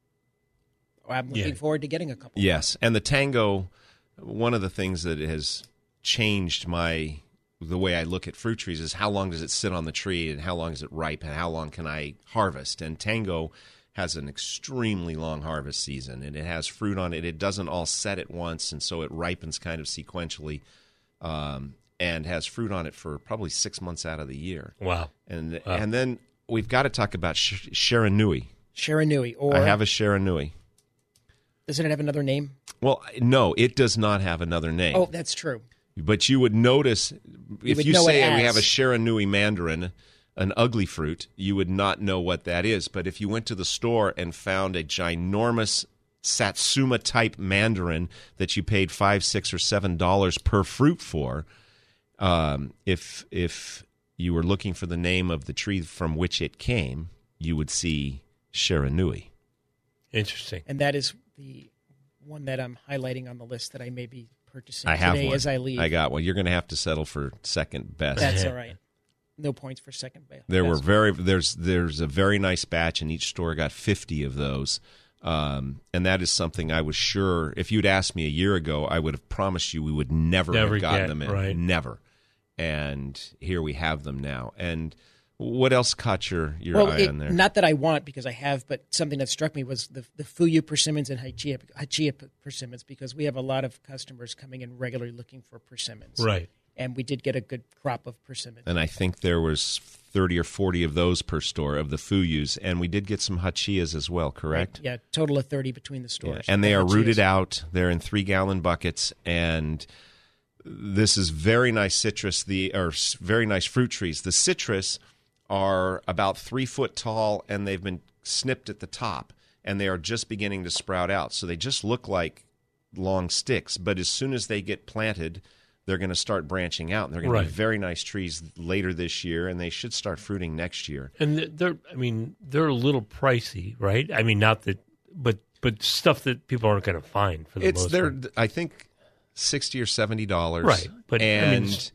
I'm looking
Yeah.
forward to getting a couple.
Yes, and the tango. One of the things that has changed my the way I look at fruit trees is how long does it sit on the tree, and how long is it ripe, and how long can I harvest? And tango has an extremely long harvest season, and it has fruit on it. It doesn't all set at once, and so it ripens kind of sequentially, um, and has fruit on it for probably six months out of the year.
Wow.
And and then we've got to talk about sh- Sharanui.
Sharanui, or
I have a Sharanui.
doesn't it have another name?
Well, no, it does not have another name.
Oh, that's true.
But you would notice if
would
you
know
say "Oh,
it
we
as-
have a Sharanui mandarin, an ugly fruit, you would not know what that is. But if you went to the store and found a ginormous Satsuma type mandarin that you paid five, six, or seven dollars per fruit for, um, if if you were looking for the name of the tree from which it came, you would see Sharanui.
Interesting.
and that is the one that I'm highlighting on the list that I may be purchasing
I have
today
one.
as I leave.
I got one. You're going to have to settle for second best.
That's all right. no points for second base.
There were
best.
very there's there's a very nice batch, and each store got fifty of those. Um, and that is something I was sure. If you'd asked me a year ago, I would have promised you we would never,
Never
have gotten
get,
them in,
right.
never. And here we have them now. And what else caught your your
well,
eye
it-
on there?
not that I want because I have, but something that struck me was the the Fuyu persimmons and Hachia, Hachia persimmons because we have a lot of customers coming in regularly looking for persimmons,
Right.
And we did get a good crop of persimmons.
and I think there was thirty or forty of those per store of the fuyus, and we did get some hachias as well. Correct?
Yeah, total of thirty between the
Yeah,
stores,
and they are
Hachias.
rooted out. They're in three gallon buckets, and this is very nice citrus. The or s- very nice fruit trees. The citrus are about three foot tall, and they've been snipped at the top, and they are just beginning to sprout out. So they just look like long sticks, but as soon as they get planted. They're going to start branching out, and they're going to
Right.
be very nice trees later this year, and they should start fruiting next year.
And they're- they're, I mean, they're a little pricey, right? I mean, not that, but but stuff that people aren't going to find for the
it's
most
they're
part.
I think sixty or seventy dollars.
Right, but, I mean,
and
it's-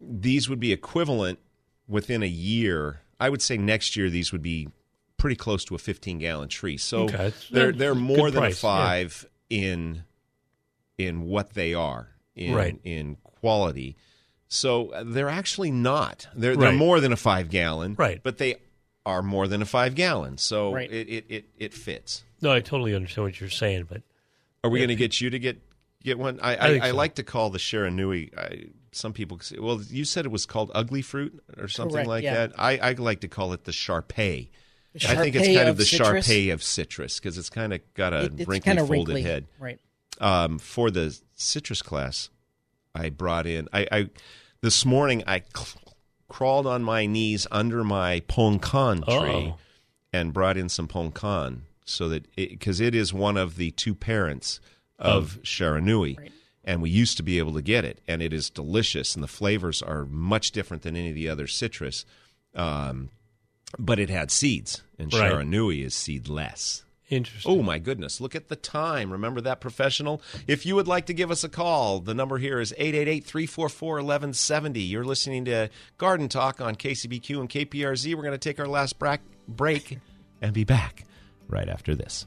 these would be equivalent within a year. I would say next year these would be pretty close to a fifteen gallon tree. So
Okay, it's-
they're
that's
they're
a
more
good
than a
price, yeah.
five in in what they are in
Right.
in quality. So uh, they're actually not. They're they're
Right.
more than a five gallon.
Right.
But they are more than a five gallon. So
Right.
it, it, it, it fits.
No, I totally understand what you're saying, but
Are we going to get you to get get one? I I,
I
I,
think so.
like to call the Sharanui. I, some people say, well, you said it was called ugly fruit or something
Correct,
like
yeah.
that. I, I like to call it the Sharpei.
The
I think it's
Sharpei
kind of
of
the
citrus.
Sharpei of citrus because it's kind of got a
It- it's
wrinkly
kinda
folded
wrinkly.
head.
right?
Um, for the citrus class, I brought in. I, I this morning I cl- crawled on my knees under my ponkan tree
Uh-oh.
and brought in some ponkan so that because it is one of the two parents of Sharanui. And we used to be able to get it, and it is delicious, and the flavors are much different than any of the other citrus. Um, but it had seeds, and
Right.
Sharanui is seedless.
interesting.
Oh my goodness, look at the time. Remember that professional? If you would like to give us a call, the number here is 888-344-1170. You're listening to Garden Talk on KCBQ and KPRZ. We're going to take our last brack- break and be back right after this.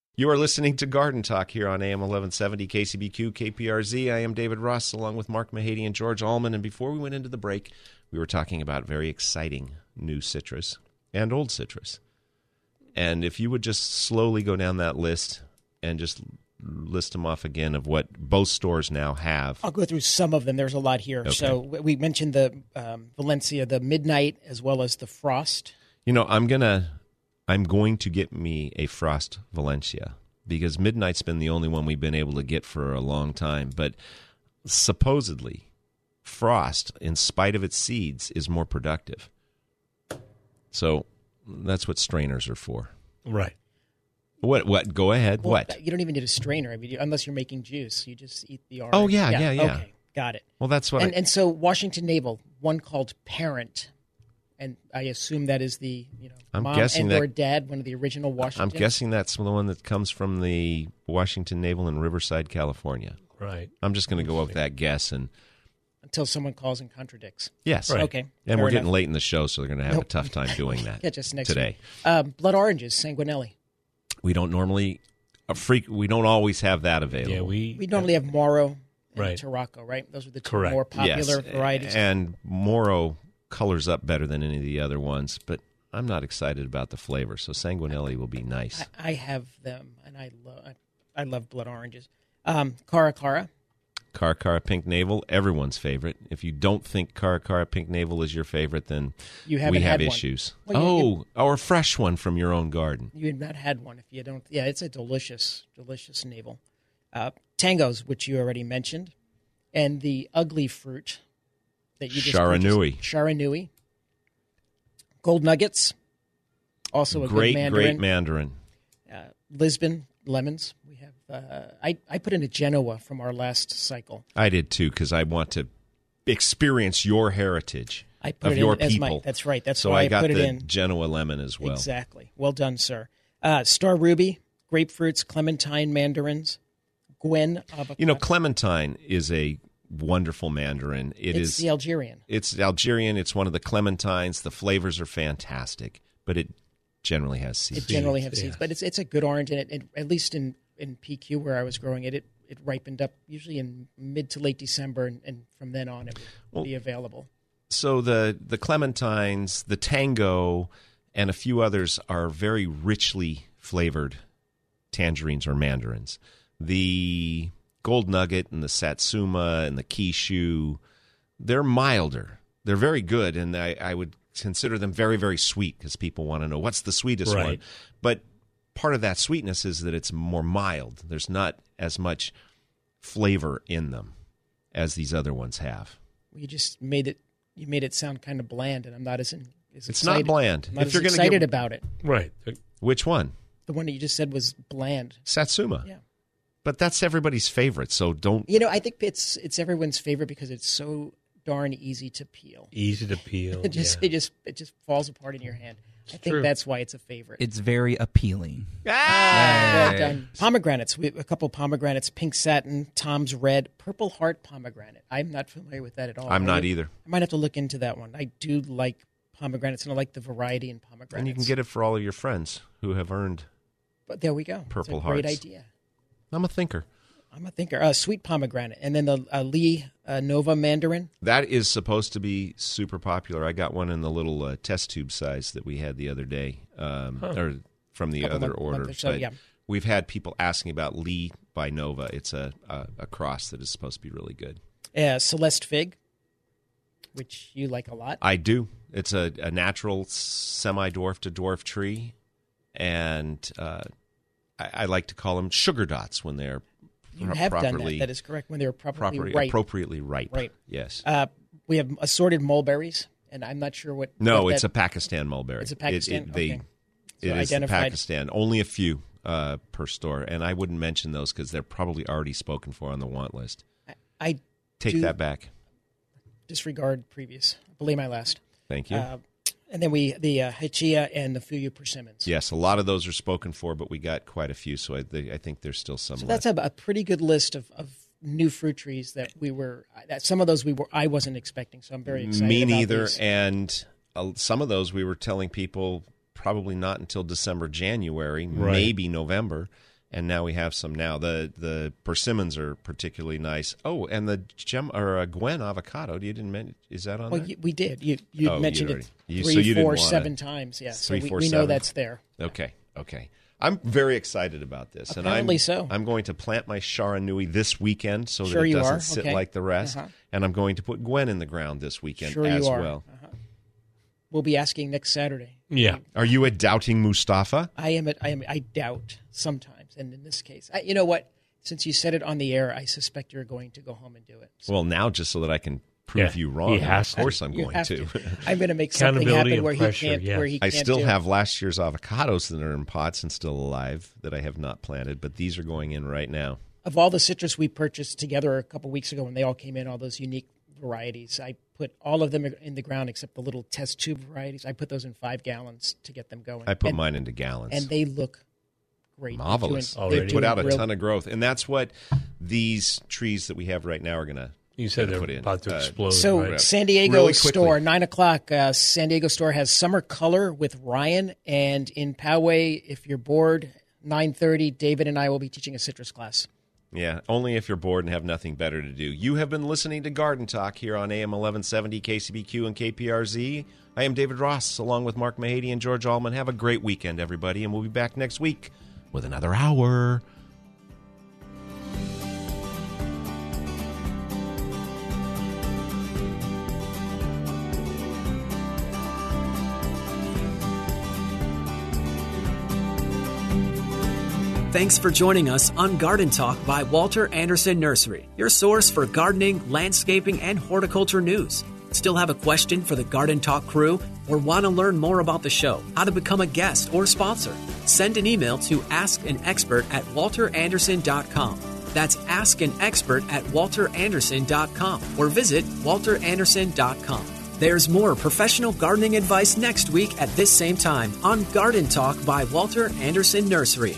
You are listening to Garden Talk here on AM 1170 KCBQ KPRZ. I am David Ross along with Mark Mahady and George Allman. And before we went into the break, we were talking about very exciting new citrus and old citrus. And if you would just slowly go down that list and just list them off again of what both stores now have.
I'll go through some of them. There's a lot here. So w- we mentioned the um, Valencia, the Midnight, as well as the Frost.
You know, I'm gonna I'm going to get me a Frost Valencia because Midnight's been the only one we've been able to get for a long time, but supposedly Frost, in spite of its seeds, is more productive. So that's what strainers are for.
right.
What what go ahead,
Well, uh,
what?
You don't even need a strainer. I mean, you- unless you're making juice, you just eat the orange.
Oh, yeah, yeah, yeah.
Okay, got it.
Well that's what
and
I,
and so Washington Naval, one called Parent, and I assume that is the you know
I'm
mom
guessing
and
that-
or dad, one of the original
I'm
Washington.
guessing that's the one that comes from the Washington Naval in Riverside, California.
Right.
I'm just gonna go with that guess and
until someone calls and contradicts.
yes.
Right.
Okay,
And
fair
we're
enough.
getting late in the show, so they're going to have
Nope.
a tough time
(laughs)
doing that
Catch us next
today.
week. Um, blood oranges, Sanguinelli.
We don't normally a freak. We don't always have that available.
Yeah, we
We normally have Morrow and
Right.
Tarocco, right? Those are the two
Correct.
more
Yes.
popular varieties.
And Moro colors up better than any of the other ones, but I'm not excited about the flavor. So Sanguinelli will be
(laughs)
nice.
I, I have them, and I love I, I love blood oranges. Um, Cara Cara,
Caracara Pink Navel, everyone's favorite. If you don't think Caracara Pink Navel is your favorite, then
You
we
haven't
have
had one.
issues.
Well,
oh,
you-
or a fresh one from your own garden.
You have not had one if you don't. Yeah, it's a delicious, delicious navel. Uh, tangos, which you already mentioned, and the ugly fruit that you just
Sharanui.
purchased. Sharanui. Gold nuggets. Also a
great,
good mandarin.
great mandarin.
uh, Lisbon lemons. We have. Uh, I I put in a Genoa from our last cycle.
I did too because I want to experience your heritage
I put
of
it
your
in as my-
people.
that's right. That's
so
why
I
I
got
put it
the
in.
Genoa lemon as well.
Exactly. Well done, sir. Uh, Star ruby, grapefruits, clementine, mandarins, Gwen avocado.
You know, clementine is a wonderful mandarin. It
it's
is
the Algerian.
it's Algerian. It's one of the clementines. The flavors are fantastic, but it generally has
It
seeds.
generally have seeds, but it's it's a good orange, and it, it- at least in in PQ where I was growing it, it it ripened up usually in mid to late December, and, and from then on it would
Well-
be available.
so the the clementines, the tango, and a few others are very richly flavored tangerines or mandarins. The gold nugget and the satsuma and the kishu, they're milder. They're very good, and I, I would consider them very very sweet because people want to know what's the sweetest
Right.
one. But part of that sweetness is that it's more mild. There's not as much flavor in them as these other ones have.
You just made it you made it sound kind of bland, and I'm not as, in, as
It's not
excited-
bland.
I'm not
If
as
you're gonna
excited
give-
about it.
Right.
Which one?
The one that you just said was bland.
Satsuma.
Yeah.
But that's everybody's favorite, so don't.
You know, I think it's it's everyone's favorite because it's so darn easy to peel.
Easy to peel.
It (laughs) just
yeah.
it just it just falls apart in your hand. I think
true.
that's why it's a favorite.
It's very appealing.
Ah! Well done. Pomegranates. We, a couple pomegranates. Pink satin. Tom's red. Purple heart pomegranate. I'm not familiar with that at all.
I'm
I
not e-
would-
either.
I might have to look into that one. I do like pomegranates, and I like the variety in pomegranates.
And you can get it for all of your friends who have earned.
But there we go. It's
Purple
a Great
hearts.
idea.
I'm a thinker.
I'm a thinker. Uh, sweet pomegranate, and then the uh, Lee uh, Nova mandarin.
That is supposed to be super popular. I got one in the little uh, test tube size that we had the other day, um, or from the
Couple
other
month- month
order.
or so,
but
yeah.
We've had people asking about Lee by Nova. It's a, a a cross that is supposed to be really good.
Uh, Celeste fig, which you like a lot.
I do. It's a, a natural semi dwarf to dwarf tree, and uh, I, I like to call them sugar dots when they're
you
pro-
have done
properly
that. That is correct. When they were properly
properly
ripe.
appropriately ripe.
Right.
Yes.
Uh, we have assorted mulberries, and I'm not sure what.
no,
what
it's
that-
a Pakistan mulberry.
It's a Pakistan?
they,
Okay.
it
So
is the
identified-
Pakistan. Only a few uh, per store, and I wouldn't mention those because they're probably already spoken for on the want list.
I, I
Take
do
that back.
disregard previous. I believe my last.
Thank you.
Uh, and then we the uh, Hachia and the Fuyu persimmons.
yes, a lot of those are spoken for, but we got quite a few, so I, I think there's still some
So
left.
that's a, a pretty good list of, of new fruit trees that we were. That some of those we were I wasn't expecting, so I'm very excited.
Me
about
neither.
these.
And uh, some of those we were telling people probably not until December, January, maybe November. And now we have some now. The the persimmons are particularly nice. Oh, and the gem or uh, Gwen avocado. You didn't mention is that on
well,
there?
you, we did. You you
Oh, you
mentioned
already-
it
you- so
three,
you didn't
four,
wanna-
seven times. Yeah, so
Three,
we,
four,
we know
seven.
that's there.
Okay, okay. I'm very excited about this, and
Apparently
I'm
so.
I'm going to plant my Sharanui this weekend so
Sure
that it
you
doesn't
are.
sit
Okay.
like the rest.
Uh-huh.
And I'm going to put Gwen in the ground this weekend
Sure
as
you are.
well.
Uh-huh. We'll be asking next Saturday.
Yeah.
Are you a doubting Mustafa?
I am. At, I am. I doubt sometimes, and in this case, I, you know what? Since you said it on the air, I suspect you're going to go home and do it. So
Well, now just so that I can prove
Yeah,
you wrong.
he has
of
to.
course, I'm
you
going (laughs)
have
to.
I'm going to make something
Accountability
happen
and
where he
pressure,
can't.
yes.
Where he
I
can't
still
do.
have last year's avocados that are in pots and still alive that I have not planted, but these are going in right now.
of all the citrus we purchased together a couple weeks ago when they all came in, all those unique varieties. I put all of them in the ground except the little test tube varieties. I put those in five gallons to get them going.
I put
and,
mine into gallons.
and they look great. They're doing-
marvelous.
they're
Already.
They put
doing
out a
real-
ton of growth, and that's what these trees that we have right now are going to.
You said
Gotta
they're
put in,
about to
uh,
explode.
So
right?
San Diego
Really quickly.
store nine o'clock. Uh, San Diego store has summer color with Ryan, and in Poway, if you're bored, nine thirty. David and I will be teaching a citrus class.
Yeah, only if you're bored and have nothing better to do. You have been listening to Garden Talk here on AM 1170, KCBQ, and KPRZ. I am David Ross, along with Mark Mahady and George Allman. Have a great weekend, everybody, and we'll be back next week with another hour.
Thanks for joining us on Garden Talk by Walter Anderson Nursery, your source for gardening, landscaping, and horticulture news. Still have a question for the Garden Talk crew or want to learn more about the show, how to become a guest or sponsor? Send an email to askanexpert at walteranderson.com. That's ask an expert at walteranderson.com or visit walteranderson.com. There's more professional gardening advice next week at this same time on Garden Talk by Walter Anderson Nursery.